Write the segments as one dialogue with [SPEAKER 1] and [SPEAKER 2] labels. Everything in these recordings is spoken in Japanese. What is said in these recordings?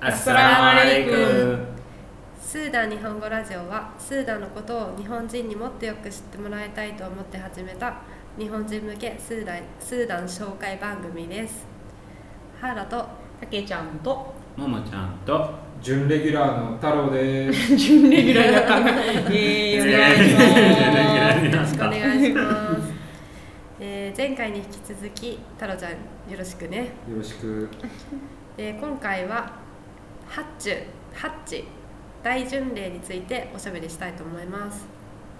[SPEAKER 1] アッ
[SPEAKER 2] サラムアレイク
[SPEAKER 3] スーダン日本語ラジオはスーダンのことを日本人にもっとよく知ってもらいたいと思って始めた日本人向けスーダンスーダン紹介番組ですハラと
[SPEAKER 2] たけちゃんと
[SPEAKER 1] ももちゃんと
[SPEAKER 4] 準レギュラーの太郎です。
[SPEAKER 2] 準レギュラーだったな。ええお願いします。
[SPEAKER 1] に
[SPEAKER 3] よ
[SPEAKER 1] な
[SPEAKER 3] ろしくお願いします、えー前回に引き続き太郎ちゃんよろしくね
[SPEAKER 4] よろしく。
[SPEAKER 3] で今回はハッチュハッチ大巡礼についておしゃべりしたいと思います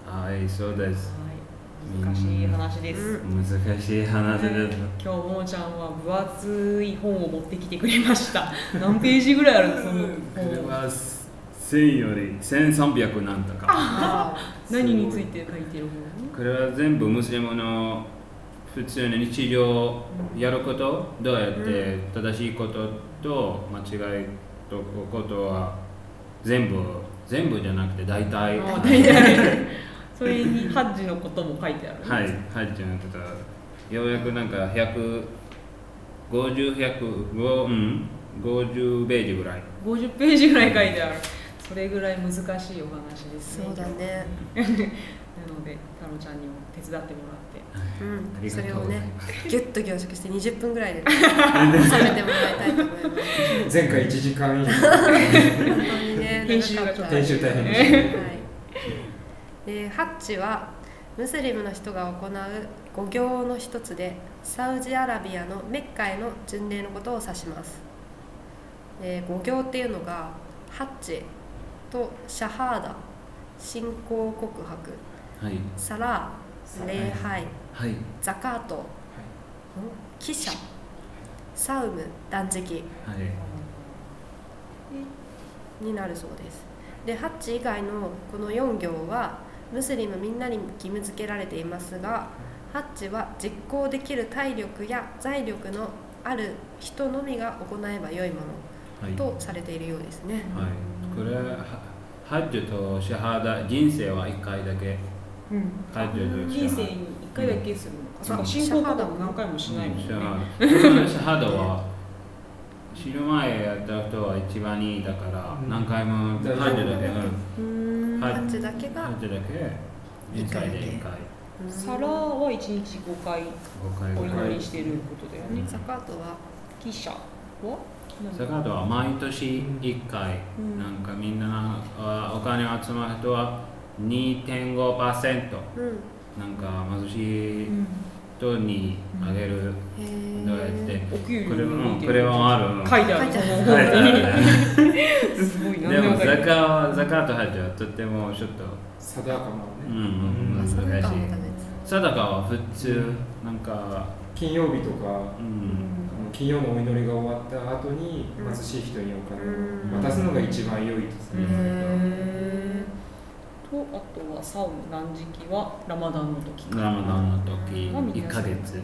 [SPEAKER 1] はいそうです
[SPEAKER 2] はい難しい話です。
[SPEAKER 3] うん
[SPEAKER 1] 難しい話
[SPEAKER 2] ね
[SPEAKER 1] です
[SPEAKER 2] 今日もーちゃんは分厚い本を持ってきてくれました。 何ページぐらいあるんですか
[SPEAKER 1] こ
[SPEAKER 2] そ
[SPEAKER 1] れ
[SPEAKER 2] の本。
[SPEAKER 1] は1000より1300なんとか
[SPEAKER 2] 何について書いてる本？
[SPEAKER 1] これは全部ムスリムの普通の日常やることどうやって正しいことと間違いとことは全部全部じゃなくて大体
[SPEAKER 2] あ
[SPEAKER 1] は
[SPEAKER 2] 大
[SPEAKER 1] い
[SPEAKER 2] 体それにハッジのことも書いてある。
[SPEAKER 1] はいじゃなくてようやくなんか150、100、うん、50ページぐらい。
[SPEAKER 2] 50ページぐらい書いてある。それぐらい難しいお話です ね。
[SPEAKER 3] そうだね
[SPEAKER 2] なので太郎ちゃんにも手伝ってもらって。
[SPEAKER 1] あ
[SPEAKER 3] うん、
[SPEAKER 1] り
[SPEAKER 3] そ
[SPEAKER 1] が
[SPEAKER 3] れ
[SPEAKER 1] とう
[SPEAKER 3] を
[SPEAKER 1] ござい
[SPEAKER 3] ね
[SPEAKER 1] ます
[SPEAKER 3] ギュッと凝縮して20分ぐらいでね収めてもらいたいと思います
[SPEAKER 4] 前回1時間以上。
[SPEAKER 3] 本当にね
[SPEAKER 2] 編集がちょっと
[SPEAKER 4] 編集大変で
[SPEAKER 3] は
[SPEAKER 4] し
[SPEAKER 3] い
[SPEAKER 4] た。
[SPEAKER 3] でハッチはムスリムの人が行う五行の一つでサウジアラビアのメッカへの巡礼のことを指しますで五行っていうのがハッチとシャハーダ信仰告白
[SPEAKER 1] はい。
[SPEAKER 3] サラー礼拝
[SPEAKER 1] はい。
[SPEAKER 3] ザカート、記者サウム断食
[SPEAKER 1] はい。
[SPEAKER 3] になるそうですでハッチ以外のこの4行はムスリムみんなに義務付けられていますがハッチは実行できる体力や財力のある人のみが行えば良いも
[SPEAKER 1] はい。
[SPEAKER 3] のとされているようですね、
[SPEAKER 1] はい、これはハッジュとシャハダ人生は1回だけ
[SPEAKER 2] うん
[SPEAKER 1] ハッジュとシ
[SPEAKER 2] 人
[SPEAKER 1] ャハ
[SPEAKER 2] 生に一回だけするの
[SPEAKER 3] う
[SPEAKER 2] か、
[SPEAKER 3] ん
[SPEAKER 2] 進行報告何回もしないもんね、
[SPEAKER 1] ダシャハダシャハダは死ぬ前やった人は一番いいだから
[SPEAKER 4] うん
[SPEAKER 1] 何回も
[SPEAKER 4] 大丈夫
[SPEAKER 1] ハッジュだけ
[SPEAKER 2] うん
[SPEAKER 1] はい
[SPEAKER 3] ハッチだけ
[SPEAKER 1] ハ
[SPEAKER 3] が
[SPEAKER 1] ッジュだけ1回で1回
[SPEAKER 2] 皿は一日五回
[SPEAKER 1] 5回
[SPEAKER 2] お
[SPEAKER 1] ぐら
[SPEAKER 2] 祈
[SPEAKER 1] い
[SPEAKER 2] りしてることだよね
[SPEAKER 3] サカートは
[SPEAKER 2] 記者は
[SPEAKER 1] シャハダは毎年1回
[SPEAKER 2] うん
[SPEAKER 1] なんかみんなあお金を集まる人は2.5%
[SPEAKER 3] うん
[SPEAKER 1] なんか貧し
[SPEAKER 2] う
[SPEAKER 1] い
[SPEAKER 2] ん
[SPEAKER 1] 人にあげる、
[SPEAKER 3] へー
[SPEAKER 1] どうやって
[SPEAKER 2] お給料
[SPEAKER 1] これも
[SPEAKER 2] 見て
[SPEAKER 1] これはある
[SPEAKER 2] 書いてあ
[SPEAKER 3] 書いてあ
[SPEAKER 2] る
[SPEAKER 3] る
[SPEAKER 2] この
[SPEAKER 1] はい
[SPEAKER 2] 本にすごい
[SPEAKER 1] で
[SPEAKER 2] 何で
[SPEAKER 1] も
[SPEAKER 2] も書
[SPEAKER 1] ザ
[SPEAKER 2] いてある
[SPEAKER 1] カはザカとハッジはとってもちょっと
[SPEAKER 4] サダカも
[SPEAKER 1] うんう
[SPEAKER 4] ね。
[SPEAKER 1] ん
[SPEAKER 3] あ
[SPEAKER 1] 難し
[SPEAKER 3] そっかまた別
[SPEAKER 1] いサダカは普通なんか
[SPEAKER 4] 金曜日と
[SPEAKER 1] う、
[SPEAKER 2] う
[SPEAKER 4] か
[SPEAKER 2] ん
[SPEAKER 4] あの金曜のお祈りが終わった後に
[SPEAKER 3] うん
[SPEAKER 4] 貧しい人にお
[SPEAKER 3] うん
[SPEAKER 4] 金を渡すのが一番良いとさ
[SPEAKER 1] う
[SPEAKER 4] れ
[SPEAKER 1] ん
[SPEAKER 4] てる
[SPEAKER 2] へーとあとはサウム断食はラマダンの時
[SPEAKER 1] ラマダンの時1ヶ月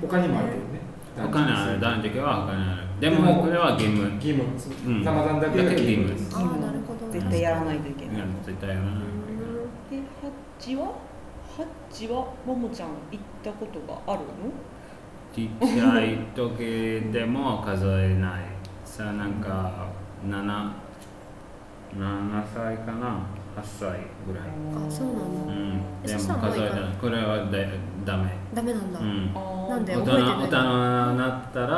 [SPEAKER 4] 他にもあるけど
[SPEAKER 3] ね
[SPEAKER 4] ね。
[SPEAKER 1] お金ある断食はお金あるで
[SPEAKER 4] で
[SPEAKER 1] も
[SPEAKER 4] も
[SPEAKER 1] これは義務
[SPEAKER 4] 義務。そう
[SPEAKER 1] うん
[SPEAKER 4] ラマダンだけが義務です。
[SPEAKER 3] あーなるほど
[SPEAKER 5] 絶対やらないといけない。
[SPEAKER 1] 絶対やらない
[SPEAKER 2] でハッチはハッチはももちゃん行ったことがあるの
[SPEAKER 1] ちっちゃい時でも数えないさあなんか77歳かな8歳ぐらい
[SPEAKER 3] あそうなん
[SPEAKER 1] う
[SPEAKER 3] だ
[SPEAKER 1] ん
[SPEAKER 3] え
[SPEAKER 1] でも
[SPEAKER 3] そしたらもう
[SPEAKER 1] 数
[SPEAKER 3] いい
[SPEAKER 1] え
[SPEAKER 3] か
[SPEAKER 1] ないこれはだダメ
[SPEAKER 3] ダメなんだ、
[SPEAKER 1] う
[SPEAKER 3] へ
[SPEAKER 1] ん
[SPEAKER 2] なん
[SPEAKER 3] で
[SPEAKER 1] 大人大人
[SPEAKER 3] 覚えてない
[SPEAKER 1] になったら、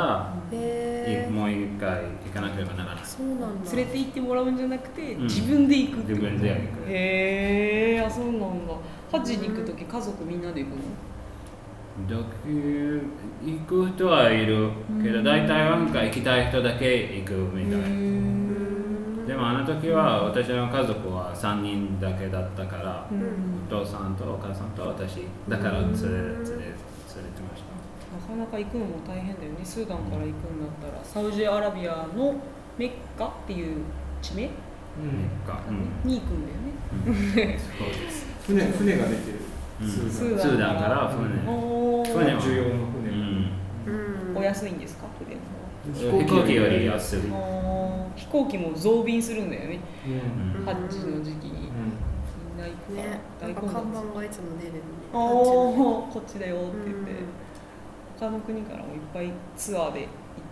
[SPEAKER 3] え
[SPEAKER 1] もう一回行かなければならない
[SPEAKER 3] そうなんだ
[SPEAKER 2] 連れて行ってもらうんじゃなくて、
[SPEAKER 1] うん
[SPEAKER 2] 自分で行くって
[SPEAKER 1] 自
[SPEAKER 2] こと
[SPEAKER 1] 分でやるから
[SPEAKER 2] へえあそうなんだハッジに行く時家族みんなで行くの
[SPEAKER 1] ど行く人はいるけど、
[SPEAKER 2] うん
[SPEAKER 1] 大体はなんか行きたい人だけ行くみたい、
[SPEAKER 2] ん
[SPEAKER 1] でもあの時は私の家族は3人だけだったから、
[SPEAKER 2] うんん、
[SPEAKER 1] お父さんとお母さんと私だから連れ,、連れ連れてまし
[SPEAKER 2] なかなか行くのも大変だよねスーダンから行くんだったらサウジアラビアのメッカっていう地名
[SPEAKER 4] うん
[SPEAKER 1] たか、うん
[SPEAKER 2] に行くんだよね
[SPEAKER 1] そうです、
[SPEAKER 4] 船船が出て
[SPEAKER 1] う
[SPEAKER 4] る。
[SPEAKER 1] ん
[SPEAKER 4] ス
[SPEAKER 2] ス
[SPEAKER 4] ー
[SPEAKER 2] ー
[SPEAKER 4] ダン
[SPEAKER 2] ダン
[SPEAKER 1] スーダンから船、
[SPEAKER 2] お
[SPEAKER 1] そうね
[SPEAKER 2] ー
[SPEAKER 1] ダン
[SPEAKER 4] 重要の
[SPEAKER 1] う
[SPEAKER 4] 船。
[SPEAKER 1] ん、
[SPEAKER 3] うん
[SPEAKER 2] お安いんですか船の
[SPEAKER 1] 飛行機より安い、
[SPEAKER 2] 方はあー飛行機も増便するんだよね、
[SPEAKER 4] うん。うん
[SPEAKER 2] ハッチの時期にみんな行くから、
[SPEAKER 3] ね、なん
[SPEAKER 2] 大
[SPEAKER 3] か
[SPEAKER 2] 混
[SPEAKER 3] 看
[SPEAKER 2] 雑
[SPEAKER 3] 板がいつも出るね
[SPEAKER 2] ああこっちだよって
[SPEAKER 3] う
[SPEAKER 2] 言って、
[SPEAKER 3] ん
[SPEAKER 2] 他の国からもいっぱいツアーで行っっ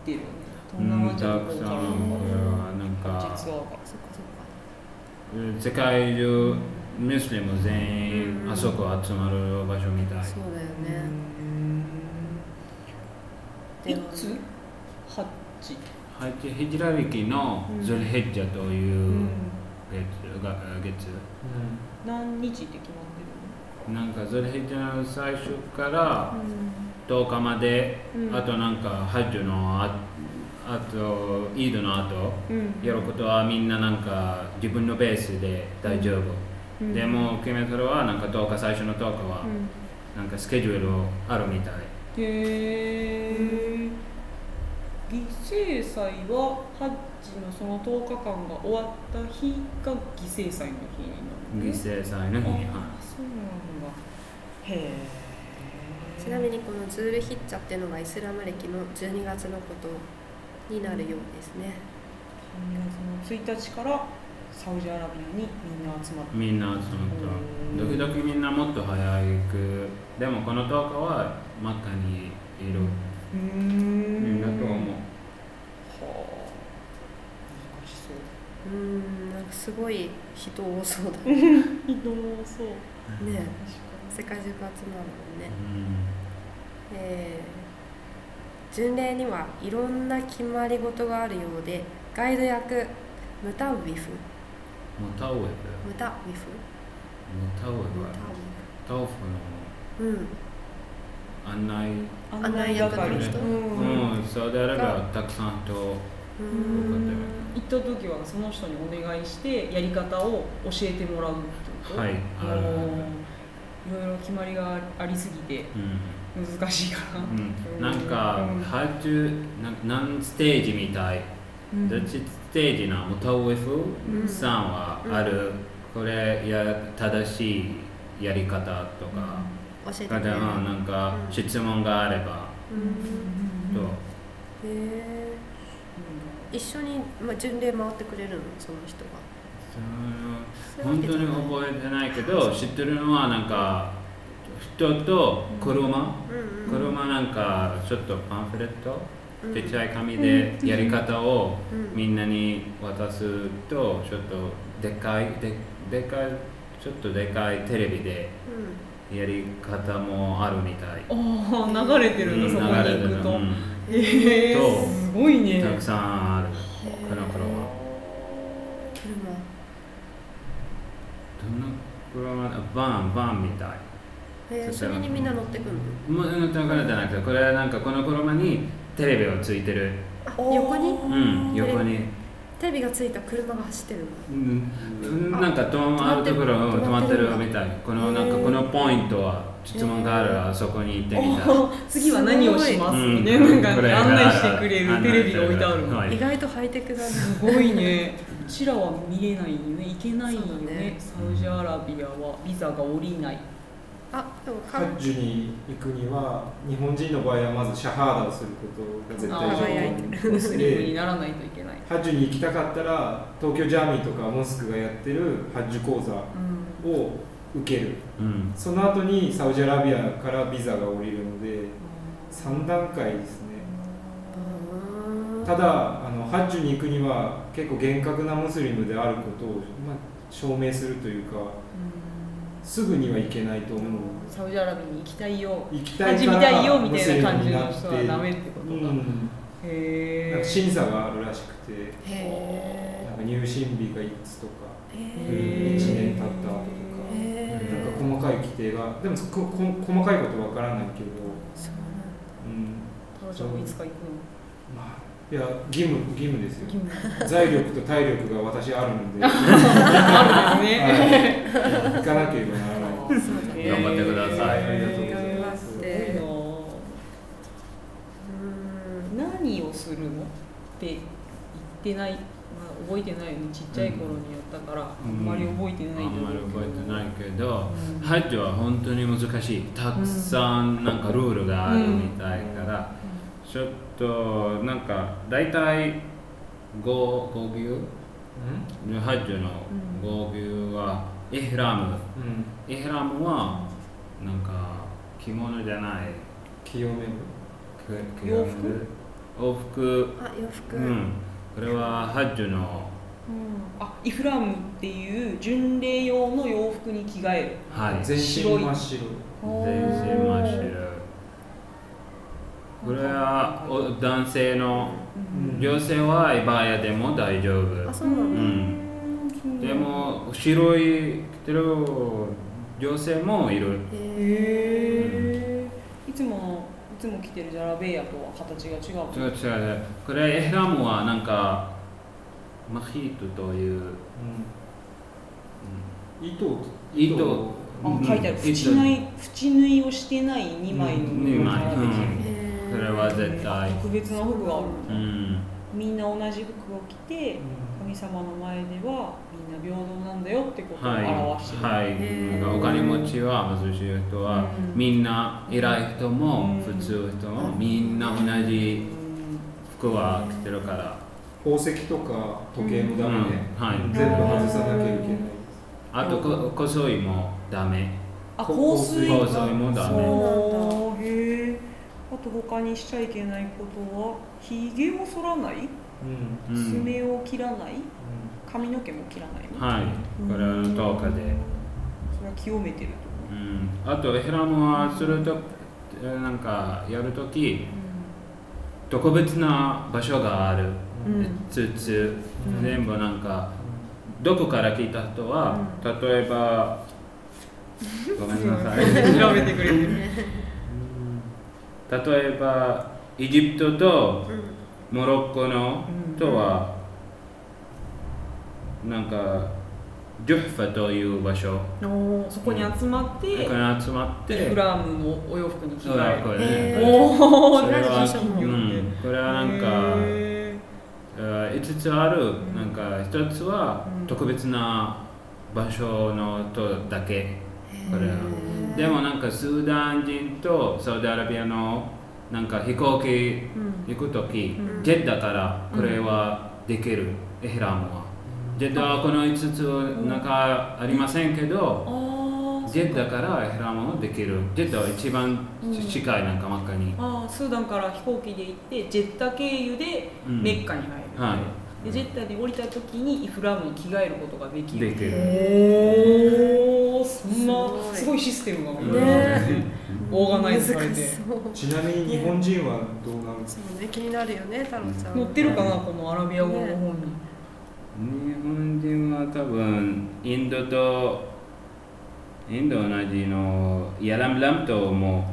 [SPEAKER 2] てるよね
[SPEAKER 1] う
[SPEAKER 2] 東南
[SPEAKER 1] ん
[SPEAKER 2] アジア
[SPEAKER 1] た
[SPEAKER 2] の
[SPEAKER 1] く
[SPEAKER 2] 方
[SPEAKER 1] さん
[SPEAKER 2] か
[SPEAKER 1] これ
[SPEAKER 2] らの
[SPEAKER 1] はなんか
[SPEAKER 2] 実
[SPEAKER 3] そ
[SPEAKER 2] は
[SPEAKER 3] っかそっか
[SPEAKER 1] 世界中ムスリム全員あそこ集まる場所みたい
[SPEAKER 3] そうだよね、で
[SPEAKER 2] い
[SPEAKER 3] は
[SPEAKER 2] つハッチ
[SPEAKER 1] はいでヒジラリキのズルヘッジャという月が月
[SPEAKER 2] 何日って決まっ
[SPEAKER 1] なんかズルヘッジャの最初から10日まで、
[SPEAKER 2] うん
[SPEAKER 1] あとなんかハッジのああとイードの後
[SPEAKER 2] てるの
[SPEAKER 1] やることはみんななんか自分のベースで大丈夫、
[SPEAKER 2] うん
[SPEAKER 1] でも決めたのはなんか10日最初の10日は
[SPEAKER 2] うん
[SPEAKER 1] なんかスケジュールあるみたい、
[SPEAKER 2] へえ犠牲祭はハッチのその10日間が終わった日が犠牲祭の日になる
[SPEAKER 1] 犠牲祭の日に、は
[SPEAKER 2] あそうなんだへえ
[SPEAKER 3] ちなみにこのズールヒッチャっていうのがイスラム歴の12月のことになるようですね、
[SPEAKER 2] 12月の1日からサウジアラビアにみんな集まって
[SPEAKER 1] い、みんな集まった時々みんなもっと早くでもこの10日は真っ赤にいる
[SPEAKER 2] うー
[SPEAKER 1] みん
[SPEAKER 2] ん
[SPEAKER 1] なと思う
[SPEAKER 2] はあ難しそ
[SPEAKER 3] う
[SPEAKER 2] う
[SPEAKER 3] ーんなんかすごい人多そうだね
[SPEAKER 2] 移動そう
[SPEAKER 3] ね
[SPEAKER 2] 確か
[SPEAKER 3] 世界中から集まるもんね
[SPEAKER 1] う
[SPEAKER 3] えー巡礼にはいろんな決まり事があるようでガイド役ムタウィフ
[SPEAKER 1] んもうタオエブもう
[SPEAKER 3] ムタウィフ
[SPEAKER 1] タオエブ
[SPEAKER 3] ム
[SPEAKER 1] は
[SPEAKER 3] タ
[SPEAKER 1] タオフ
[SPEAKER 3] ウィフうん
[SPEAKER 1] の案内
[SPEAKER 2] に
[SPEAKER 3] 案内係の人
[SPEAKER 2] う
[SPEAKER 1] うんん、そうであればたくさんと
[SPEAKER 3] う
[SPEAKER 2] うんん行った時はその人にお願いしてやり方を教えてもらうってこと
[SPEAKER 1] はい
[SPEAKER 2] おーいろいろ決まりがありすぎて
[SPEAKER 1] うん
[SPEAKER 2] 難しいかな、
[SPEAKER 1] うんなんか、ハーチューなん何ステージみたい、
[SPEAKER 2] うん
[SPEAKER 1] どっちステージなモタウエフさんはある、これや正しいやり方とか、
[SPEAKER 3] 教えてく
[SPEAKER 1] あ
[SPEAKER 3] れ
[SPEAKER 1] と
[SPEAKER 3] る
[SPEAKER 1] はなんか
[SPEAKER 3] うん
[SPEAKER 1] 質問があれば、
[SPEAKER 3] うん
[SPEAKER 1] と
[SPEAKER 3] へえ一緒に、まあ、巡礼回ってくれるのその人が
[SPEAKER 1] その本当に覚えてないけど知ってるのはなんか人と車、
[SPEAKER 3] うんうん
[SPEAKER 1] 車なんかちょっとパンフレット、
[SPEAKER 3] うん
[SPEAKER 1] ちっちゃい紙でやり方を
[SPEAKER 3] うん
[SPEAKER 1] みんなに渡すとちょっとでっかいででっかいちょっとでかいテレビでやり方もあるみたい、
[SPEAKER 2] うんああ流れてるんだ、
[SPEAKER 1] うん
[SPEAKER 2] そこ
[SPEAKER 1] 流
[SPEAKER 2] に
[SPEAKER 1] れ
[SPEAKER 2] 行
[SPEAKER 1] て
[SPEAKER 2] く
[SPEAKER 1] る
[SPEAKER 2] と、
[SPEAKER 1] うん
[SPEAKER 2] ええ
[SPEAKER 1] と
[SPEAKER 2] すごいね
[SPEAKER 1] たくさんあるこの頃は
[SPEAKER 3] 車
[SPEAKER 1] どんな車だバンバンみたい
[SPEAKER 3] へえ
[SPEAKER 1] そした
[SPEAKER 3] そ
[SPEAKER 1] ら
[SPEAKER 3] れにみんな乗ってくる
[SPEAKER 1] も
[SPEAKER 3] の
[SPEAKER 1] うだからじゃなくてこれはなんかこの車にテレビをついてる、
[SPEAKER 3] あ横に
[SPEAKER 1] うん、横に、
[SPEAKER 3] テレビがついた車が走ってるの
[SPEAKER 1] うん、なんかとんあるところ
[SPEAKER 3] 止まって
[SPEAKER 1] 止
[SPEAKER 3] る
[SPEAKER 1] まってるみたいこのなんかこのポイントは質問があるあそこに行ってみたい
[SPEAKER 2] お次は何をしますみたいな,、
[SPEAKER 1] うん
[SPEAKER 2] なん
[SPEAKER 1] これ
[SPEAKER 2] か案内してくれる
[SPEAKER 1] 案
[SPEAKER 2] テ
[SPEAKER 1] 内
[SPEAKER 2] レ
[SPEAKER 1] してくれる
[SPEAKER 2] ビが置いてあるの、
[SPEAKER 1] はい
[SPEAKER 3] 意外とハイテクだね
[SPEAKER 2] すごいねうちらは見れないよね行けないよ
[SPEAKER 3] そうだ
[SPEAKER 2] ね
[SPEAKER 3] ね
[SPEAKER 2] サウジアラビアはビザが下りない
[SPEAKER 3] あでも
[SPEAKER 4] ハ
[SPEAKER 3] か
[SPEAKER 4] ッジに行くには日本人の場合はまずシャハーダをすることが絶
[SPEAKER 2] あ
[SPEAKER 4] 対条
[SPEAKER 2] ー
[SPEAKER 4] 件
[SPEAKER 2] ムスリムに
[SPEAKER 4] で
[SPEAKER 2] ならないといけない、
[SPEAKER 4] ハッジに行きたかったら東京ジャーミーとかモスクがやってるハッジ講座
[SPEAKER 2] うん
[SPEAKER 4] を受ける
[SPEAKER 1] うん
[SPEAKER 4] その後にサウジアラビアからビザが降りるので3段階ですね
[SPEAKER 3] うん
[SPEAKER 4] ただあのハッジに行くには結構厳格なムスリムであることを、まあ、証明するというかすぐには行けないと思う
[SPEAKER 2] サウジアラビアに行きたいよ
[SPEAKER 4] 行きた
[SPEAKER 2] 感
[SPEAKER 4] い
[SPEAKER 2] じ
[SPEAKER 4] か
[SPEAKER 2] みたい
[SPEAKER 4] ら
[SPEAKER 2] よ
[SPEAKER 4] ム
[SPEAKER 2] み
[SPEAKER 4] ス
[SPEAKER 2] たい
[SPEAKER 4] リ
[SPEAKER 2] な
[SPEAKER 4] ム
[SPEAKER 2] 感じ
[SPEAKER 4] にな
[SPEAKER 2] の
[SPEAKER 4] って
[SPEAKER 2] 人はダメってこと
[SPEAKER 4] う
[SPEAKER 2] か、へ
[SPEAKER 4] ん、なん
[SPEAKER 2] え
[SPEAKER 4] か審査があるらしくて
[SPEAKER 3] へえ
[SPEAKER 4] なんか入信日がいつとか
[SPEAKER 3] へ
[SPEAKER 4] 1
[SPEAKER 2] へー
[SPEAKER 4] 年経った後とか
[SPEAKER 3] え
[SPEAKER 4] なんか細かい規定がでもここ細かいことわからないけど、
[SPEAKER 3] そう
[SPEAKER 4] うん
[SPEAKER 2] タロちゃんもいつか行く
[SPEAKER 4] まあ、いや義務義務ですよ
[SPEAKER 2] の義務
[SPEAKER 4] 財力と体力が私あるので、はい
[SPEAKER 2] あるんですね
[SPEAKER 4] 行かなければならない
[SPEAKER 3] なんだそうだね
[SPEAKER 1] 頑張ってください
[SPEAKER 4] ありがとうござい
[SPEAKER 3] ます
[SPEAKER 2] すごいな
[SPEAKER 3] うん
[SPEAKER 2] 何をするのって言ってない、まあ、覚えてないよねちっちゃい頃にやったから、
[SPEAKER 1] うん
[SPEAKER 2] あんまり覚えて
[SPEAKER 1] あ
[SPEAKER 2] ない
[SPEAKER 1] んまり覚えてないいけど、
[SPEAKER 2] うん
[SPEAKER 1] ハッジは本当に難しいたくさんなんかルールがあるみたいから、ちょっとなんか大体合合流ハッジの合流はイフラム
[SPEAKER 4] うん、うん、
[SPEAKER 1] イフラムはなんか着物じゃない
[SPEAKER 4] 清め
[SPEAKER 1] く
[SPEAKER 2] 洋服
[SPEAKER 1] 往復、
[SPEAKER 3] あ洋服、
[SPEAKER 1] うん、これはハッジュの、
[SPEAKER 2] あイフラムっていう巡礼用の洋服に着替える
[SPEAKER 1] はい、
[SPEAKER 4] 全身真っ白
[SPEAKER 1] 全身真っ白これはお男性の
[SPEAKER 4] うん
[SPEAKER 1] 女性はエバーヤでも大丈夫
[SPEAKER 3] あそうなんだ、
[SPEAKER 2] ん
[SPEAKER 1] でも白い着てる女性もいる
[SPEAKER 3] へえ
[SPEAKER 2] へえいつもいつも着てるジャラベーヤとは形が違
[SPEAKER 1] 違
[SPEAKER 2] う
[SPEAKER 1] う違うこれエフラムはなんかマヒートという、うん
[SPEAKER 4] うん糸を
[SPEAKER 1] 糸
[SPEAKER 4] を
[SPEAKER 1] うん
[SPEAKER 2] あ書いてある
[SPEAKER 1] うん
[SPEAKER 2] 縁ない縁縫いをしてない2枚の
[SPEAKER 1] 二
[SPEAKER 2] 布
[SPEAKER 1] 枚、
[SPEAKER 2] が
[SPEAKER 1] う
[SPEAKER 2] できる
[SPEAKER 1] ん、それは絶対
[SPEAKER 2] 特別な服がある
[SPEAKER 1] うん
[SPEAKER 2] みんな同じ服を着て神様の前ではみんな平等なんだよってことを
[SPEAKER 1] はい、
[SPEAKER 2] 表してる、
[SPEAKER 1] はい、なんかお金持ちは貧しい人は、
[SPEAKER 2] うん
[SPEAKER 1] みんな偉い人
[SPEAKER 2] う
[SPEAKER 1] も
[SPEAKER 2] ん
[SPEAKER 1] 普通の人もみんな同
[SPEAKER 2] う
[SPEAKER 1] じ
[SPEAKER 2] ん
[SPEAKER 1] 服は着てるから
[SPEAKER 4] 宝石とか時計もダメね、
[SPEAKER 1] うんはい
[SPEAKER 4] 全部外さなきゃいけない
[SPEAKER 1] あとこ香水もダメ
[SPEAKER 2] あ香
[SPEAKER 4] こ
[SPEAKER 1] 香
[SPEAKER 2] 水
[SPEAKER 1] 水もダメ
[SPEAKER 2] そうへえあと他にしちゃいけないことはひげを剃らない、
[SPEAKER 4] うん
[SPEAKER 1] うん
[SPEAKER 2] 爪を切らない髪の毛も切らない
[SPEAKER 1] は
[SPEAKER 2] の
[SPEAKER 1] いこれは10日で、
[SPEAKER 2] それは清めてる
[SPEAKER 1] う
[SPEAKER 2] と
[SPEAKER 1] ん、あとエフラムはするとえーなんかやるとき特別な場所がある、
[SPEAKER 2] うん
[SPEAKER 1] つつ
[SPEAKER 2] うん
[SPEAKER 1] 全部なんかどこから聞いた人は、例え ばごめんなさい
[SPEAKER 2] 調べてくれてる
[SPEAKER 1] 例えばエジプトとモロッコのとは、なんかジュッファという場所
[SPEAKER 2] おそこに集まって
[SPEAKER 1] ここに集まっ
[SPEAKER 2] イ
[SPEAKER 1] て
[SPEAKER 2] フラームのお洋服に着
[SPEAKER 1] そうだ
[SPEAKER 2] 替
[SPEAKER 1] こ
[SPEAKER 2] え
[SPEAKER 1] れ
[SPEAKER 2] る
[SPEAKER 1] ね、
[SPEAKER 3] へー
[SPEAKER 2] おお
[SPEAKER 1] そ
[SPEAKER 2] な
[SPEAKER 1] れ
[SPEAKER 2] ん
[SPEAKER 1] はう
[SPEAKER 2] か金魚って
[SPEAKER 1] ん、これはなんか、
[SPEAKER 2] へ
[SPEAKER 1] えー5つある、
[SPEAKER 2] ん
[SPEAKER 1] なんか1つは
[SPEAKER 2] うん
[SPEAKER 1] 特別な場所のとだけ、
[SPEAKER 3] ー
[SPEAKER 1] これはでもなんかスーダン人とサウジアラビアのなんか飛行機行くとき、
[SPEAKER 2] うん
[SPEAKER 1] ジェッダからこれはできる、エヘラムはジェッダはこの5つ中ありませんけ
[SPEAKER 2] ー
[SPEAKER 1] ど、
[SPEAKER 2] あー
[SPEAKER 1] ジェッダからエヘラムもできるジェッダは一番近いなんか真っ赤に、
[SPEAKER 2] あースーダンから飛行機で行ってジェッタ経由で
[SPEAKER 1] うん
[SPEAKER 2] メッカに入る、
[SPEAKER 1] はい
[SPEAKER 2] でジェッタで降りた時にイフラームに着替えることができ
[SPEAKER 1] で
[SPEAKER 2] る
[SPEAKER 1] きる、
[SPEAKER 2] おおそん
[SPEAKER 3] すご
[SPEAKER 2] ないすごいシステムが
[SPEAKER 1] うん
[SPEAKER 3] ね
[SPEAKER 2] オーガナイズされて
[SPEAKER 3] そう
[SPEAKER 4] ちなみに日本人はどうなるんですか
[SPEAKER 3] そうね気になるよね太郎ちゃん
[SPEAKER 2] 載ってるかなこのアラビア語の本に、
[SPEAKER 1] 日本人は多分インドとインド同じのヤラムラムトも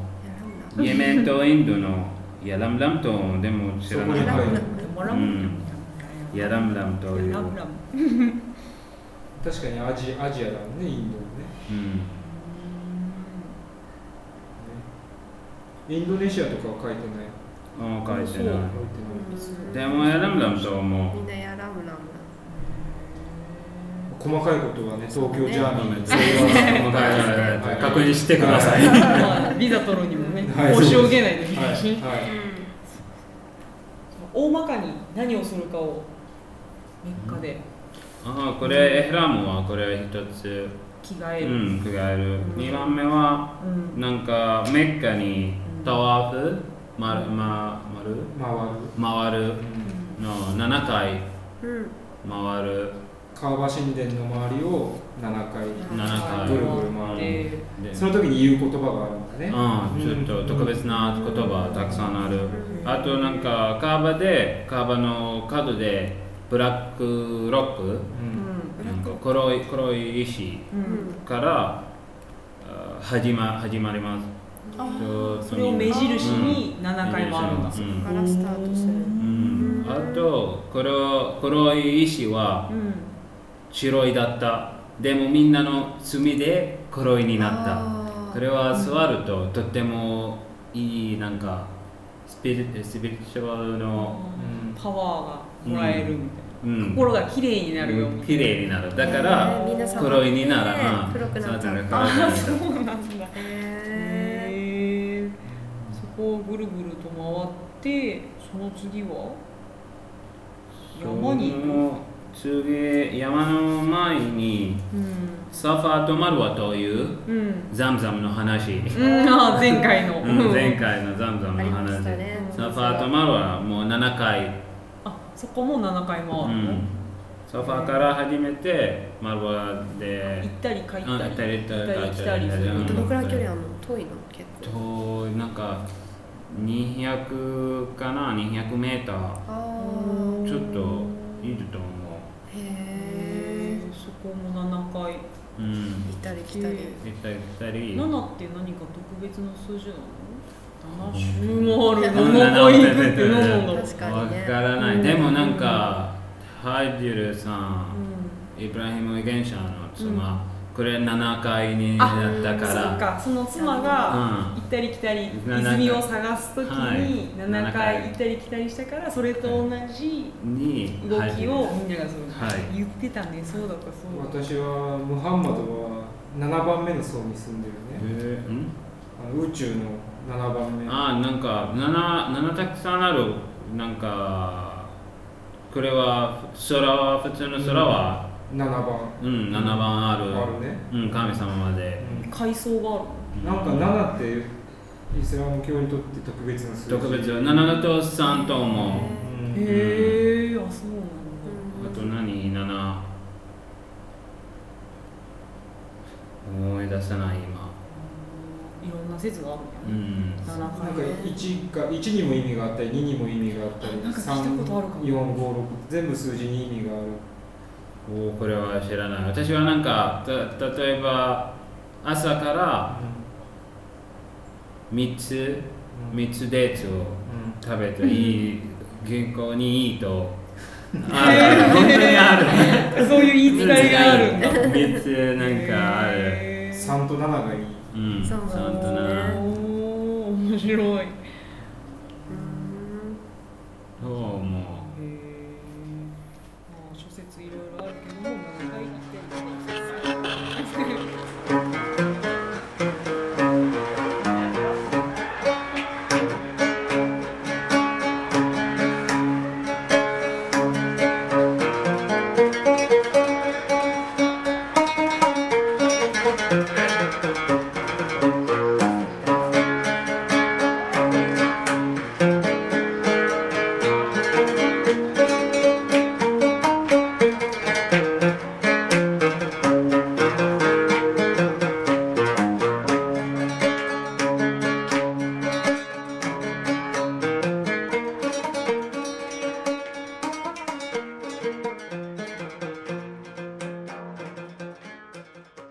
[SPEAKER 3] やらんだ
[SPEAKER 1] イエメンとインドのヤラムラムトでも知らな
[SPEAKER 4] そこに
[SPEAKER 1] い
[SPEAKER 4] 入る
[SPEAKER 2] もらうん
[SPEAKER 1] ヤラムラムという、
[SPEAKER 2] ラ
[SPEAKER 1] う
[SPEAKER 2] ム
[SPEAKER 1] ん
[SPEAKER 2] ラム
[SPEAKER 4] 確かにアジアジアだもんねインドもねねインドネシアとかは書いてない
[SPEAKER 1] あ書いてな
[SPEAKER 4] 書いてない
[SPEAKER 1] いでもヤラムラムト
[SPEAKER 3] み
[SPEAKER 1] も
[SPEAKER 3] んなやらむなんだ
[SPEAKER 4] 細かいことはね東京ジャーニー
[SPEAKER 1] それは細かい確認してください
[SPEAKER 2] まあ ビザ取るにもね
[SPEAKER 4] はい
[SPEAKER 2] 申し訳ないのに、
[SPEAKER 4] はい
[SPEAKER 3] うん
[SPEAKER 4] は
[SPEAKER 2] 大まかに何をするかをメッカで
[SPEAKER 1] あこれエフラムはこれ一つ
[SPEAKER 2] 着替え
[SPEAKER 1] う
[SPEAKER 2] る、
[SPEAKER 1] ん着替える2番目は
[SPEAKER 2] うん
[SPEAKER 1] なんかメッカにタワーフ、まるま、回る
[SPEAKER 4] い
[SPEAKER 1] 回る
[SPEAKER 4] 回る、
[SPEAKER 1] の7回
[SPEAKER 3] うん
[SPEAKER 1] 回る
[SPEAKER 4] 川場神殿の周りを7回
[SPEAKER 1] 7回
[SPEAKER 4] ぐるぐる回る
[SPEAKER 2] で
[SPEAKER 1] で
[SPEAKER 4] その時に言う言葉があるんだね、
[SPEAKER 1] うん、ちょっと特別な言葉たくさんある、あとなんかカーバでカーバの角でブラックロック
[SPEAKER 4] うん
[SPEAKER 1] なんか黒い黒い石
[SPEAKER 2] うん
[SPEAKER 3] う
[SPEAKER 2] うん
[SPEAKER 3] ん
[SPEAKER 1] からあ始ま始まります
[SPEAKER 2] あー
[SPEAKER 1] と
[SPEAKER 2] それを目印に7回回るんだ、
[SPEAKER 1] うん
[SPEAKER 3] だからスタートする
[SPEAKER 1] うんあと黒黒い石は
[SPEAKER 2] うん
[SPEAKER 1] 白いだったでもみんなの罪で黒いになった
[SPEAKER 3] あー
[SPEAKER 1] これは座るととってもいいなんかスピリスピリチュアルの、
[SPEAKER 4] うん
[SPEAKER 2] パワーがもらえるみたいな、
[SPEAKER 1] うん、
[SPEAKER 2] 心が綺麗になるよみた
[SPEAKER 1] 綺
[SPEAKER 2] いな、
[SPEAKER 1] 麗になるだか
[SPEAKER 3] えー
[SPEAKER 1] ら
[SPEAKER 3] みんな触って
[SPEAKER 1] 黒いになら、うん
[SPEAKER 3] 黒くなっちゃ
[SPEAKER 1] 触
[SPEAKER 3] う
[SPEAKER 1] っ
[SPEAKER 3] あ
[SPEAKER 1] たら黒いになる
[SPEAKER 2] そうなんだ
[SPEAKER 3] へー
[SPEAKER 2] へえそこをぐるぐると回ってその次は山に
[SPEAKER 1] そ
[SPEAKER 2] 行く
[SPEAKER 1] の次山の前に
[SPEAKER 2] うん
[SPEAKER 1] サファーとマルワという
[SPEAKER 2] うん
[SPEAKER 1] ザムザムの話、
[SPEAKER 2] うん、あー前回の、
[SPEAKER 1] うん前回のザムザムの
[SPEAKER 3] ありま
[SPEAKER 1] 話
[SPEAKER 3] したね
[SPEAKER 1] サファーとマロはもう7回、
[SPEAKER 2] あそこも7回
[SPEAKER 1] う
[SPEAKER 2] もあるの、
[SPEAKER 1] ん、サファーから始めてマロはで
[SPEAKER 2] 行ったり帰
[SPEAKER 1] うん
[SPEAKER 2] ったり
[SPEAKER 1] 行ったり行ったり
[SPEAKER 2] 行ったり来たりする
[SPEAKER 1] 行ったり
[SPEAKER 3] ど
[SPEAKER 1] 来たり
[SPEAKER 3] のくらい距離あるの遠いの結構
[SPEAKER 1] となんか200かな200メーター
[SPEAKER 3] あ
[SPEAKER 2] うん
[SPEAKER 3] あ
[SPEAKER 1] ちょっといると思
[SPEAKER 3] へ
[SPEAKER 2] へ
[SPEAKER 3] え
[SPEAKER 2] ーそこも7回
[SPEAKER 1] ううん
[SPEAKER 3] 行ったり来た
[SPEAKER 1] 行っ
[SPEAKER 3] り
[SPEAKER 1] たり来たり
[SPEAKER 2] 7って何か特別な数字なの ?7 週もある7
[SPEAKER 1] うん
[SPEAKER 2] 回行くって何なんだろう、
[SPEAKER 3] 確か
[SPEAKER 1] わ
[SPEAKER 3] にね
[SPEAKER 1] からない、でもなんかハイデュルさん、
[SPEAKER 2] う
[SPEAKER 1] イブラヒム・ゲンシャの妻、これ7階になった
[SPEAKER 2] ん、
[SPEAKER 1] か
[SPEAKER 2] そう
[SPEAKER 1] ら
[SPEAKER 2] かその妻が行ったり来たり泉を探す時に
[SPEAKER 1] はい
[SPEAKER 2] 7回行ったり来たりしたからそれと同じ
[SPEAKER 1] うん、に
[SPEAKER 2] 動きを
[SPEAKER 1] はい
[SPEAKER 2] みんな
[SPEAKER 1] は
[SPEAKER 2] がそう
[SPEAKER 1] い
[SPEAKER 2] 言ってたねそうだったそうだった
[SPEAKER 4] 私はムハンマドは7番目の層に住んでるね
[SPEAKER 1] えーうん
[SPEAKER 4] あの宇宙の7番目
[SPEAKER 1] あーなんか 7, 7たくさんあるなんかこれは空は普通の空は、
[SPEAKER 4] 7番
[SPEAKER 1] うん7番ある
[SPEAKER 4] あるね、
[SPEAKER 1] うん、神様まで
[SPEAKER 4] う
[SPEAKER 2] 階層がある
[SPEAKER 4] んなんか7ってイスラム教にとって特別な数字
[SPEAKER 1] 特別7と3とも
[SPEAKER 4] うん
[SPEAKER 2] のへえあそうなん
[SPEAKER 1] あと何7思い出せない今
[SPEAKER 2] だいろんな説があ
[SPEAKER 1] う
[SPEAKER 2] るん
[SPEAKER 1] ん
[SPEAKER 2] だ
[SPEAKER 4] な
[SPEAKER 2] 7
[SPEAKER 4] んか
[SPEAKER 2] 回
[SPEAKER 4] 1が1にも意味があったり2にも意味があったり
[SPEAKER 2] なんか聞いたことあるかも
[SPEAKER 4] 3456全部数字に意味がある
[SPEAKER 1] おーこれは知らない私はなんかた例えば朝から3つ
[SPEAKER 4] うん
[SPEAKER 1] 3つデーツを
[SPEAKER 4] うん
[SPEAKER 1] 食べていい健康にいいと ある本当にある
[SPEAKER 2] そういう 言い伝えがあるんだ
[SPEAKER 1] 3つなんかある
[SPEAKER 2] へー
[SPEAKER 4] 3と7がいい
[SPEAKER 1] うん
[SPEAKER 3] そうなんだ
[SPEAKER 1] んとな
[SPEAKER 2] おー面白いへ
[SPEAKER 3] うん
[SPEAKER 1] そう思う
[SPEAKER 2] え諸説いろいろあるけども7回行ってる
[SPEAKER 1] あ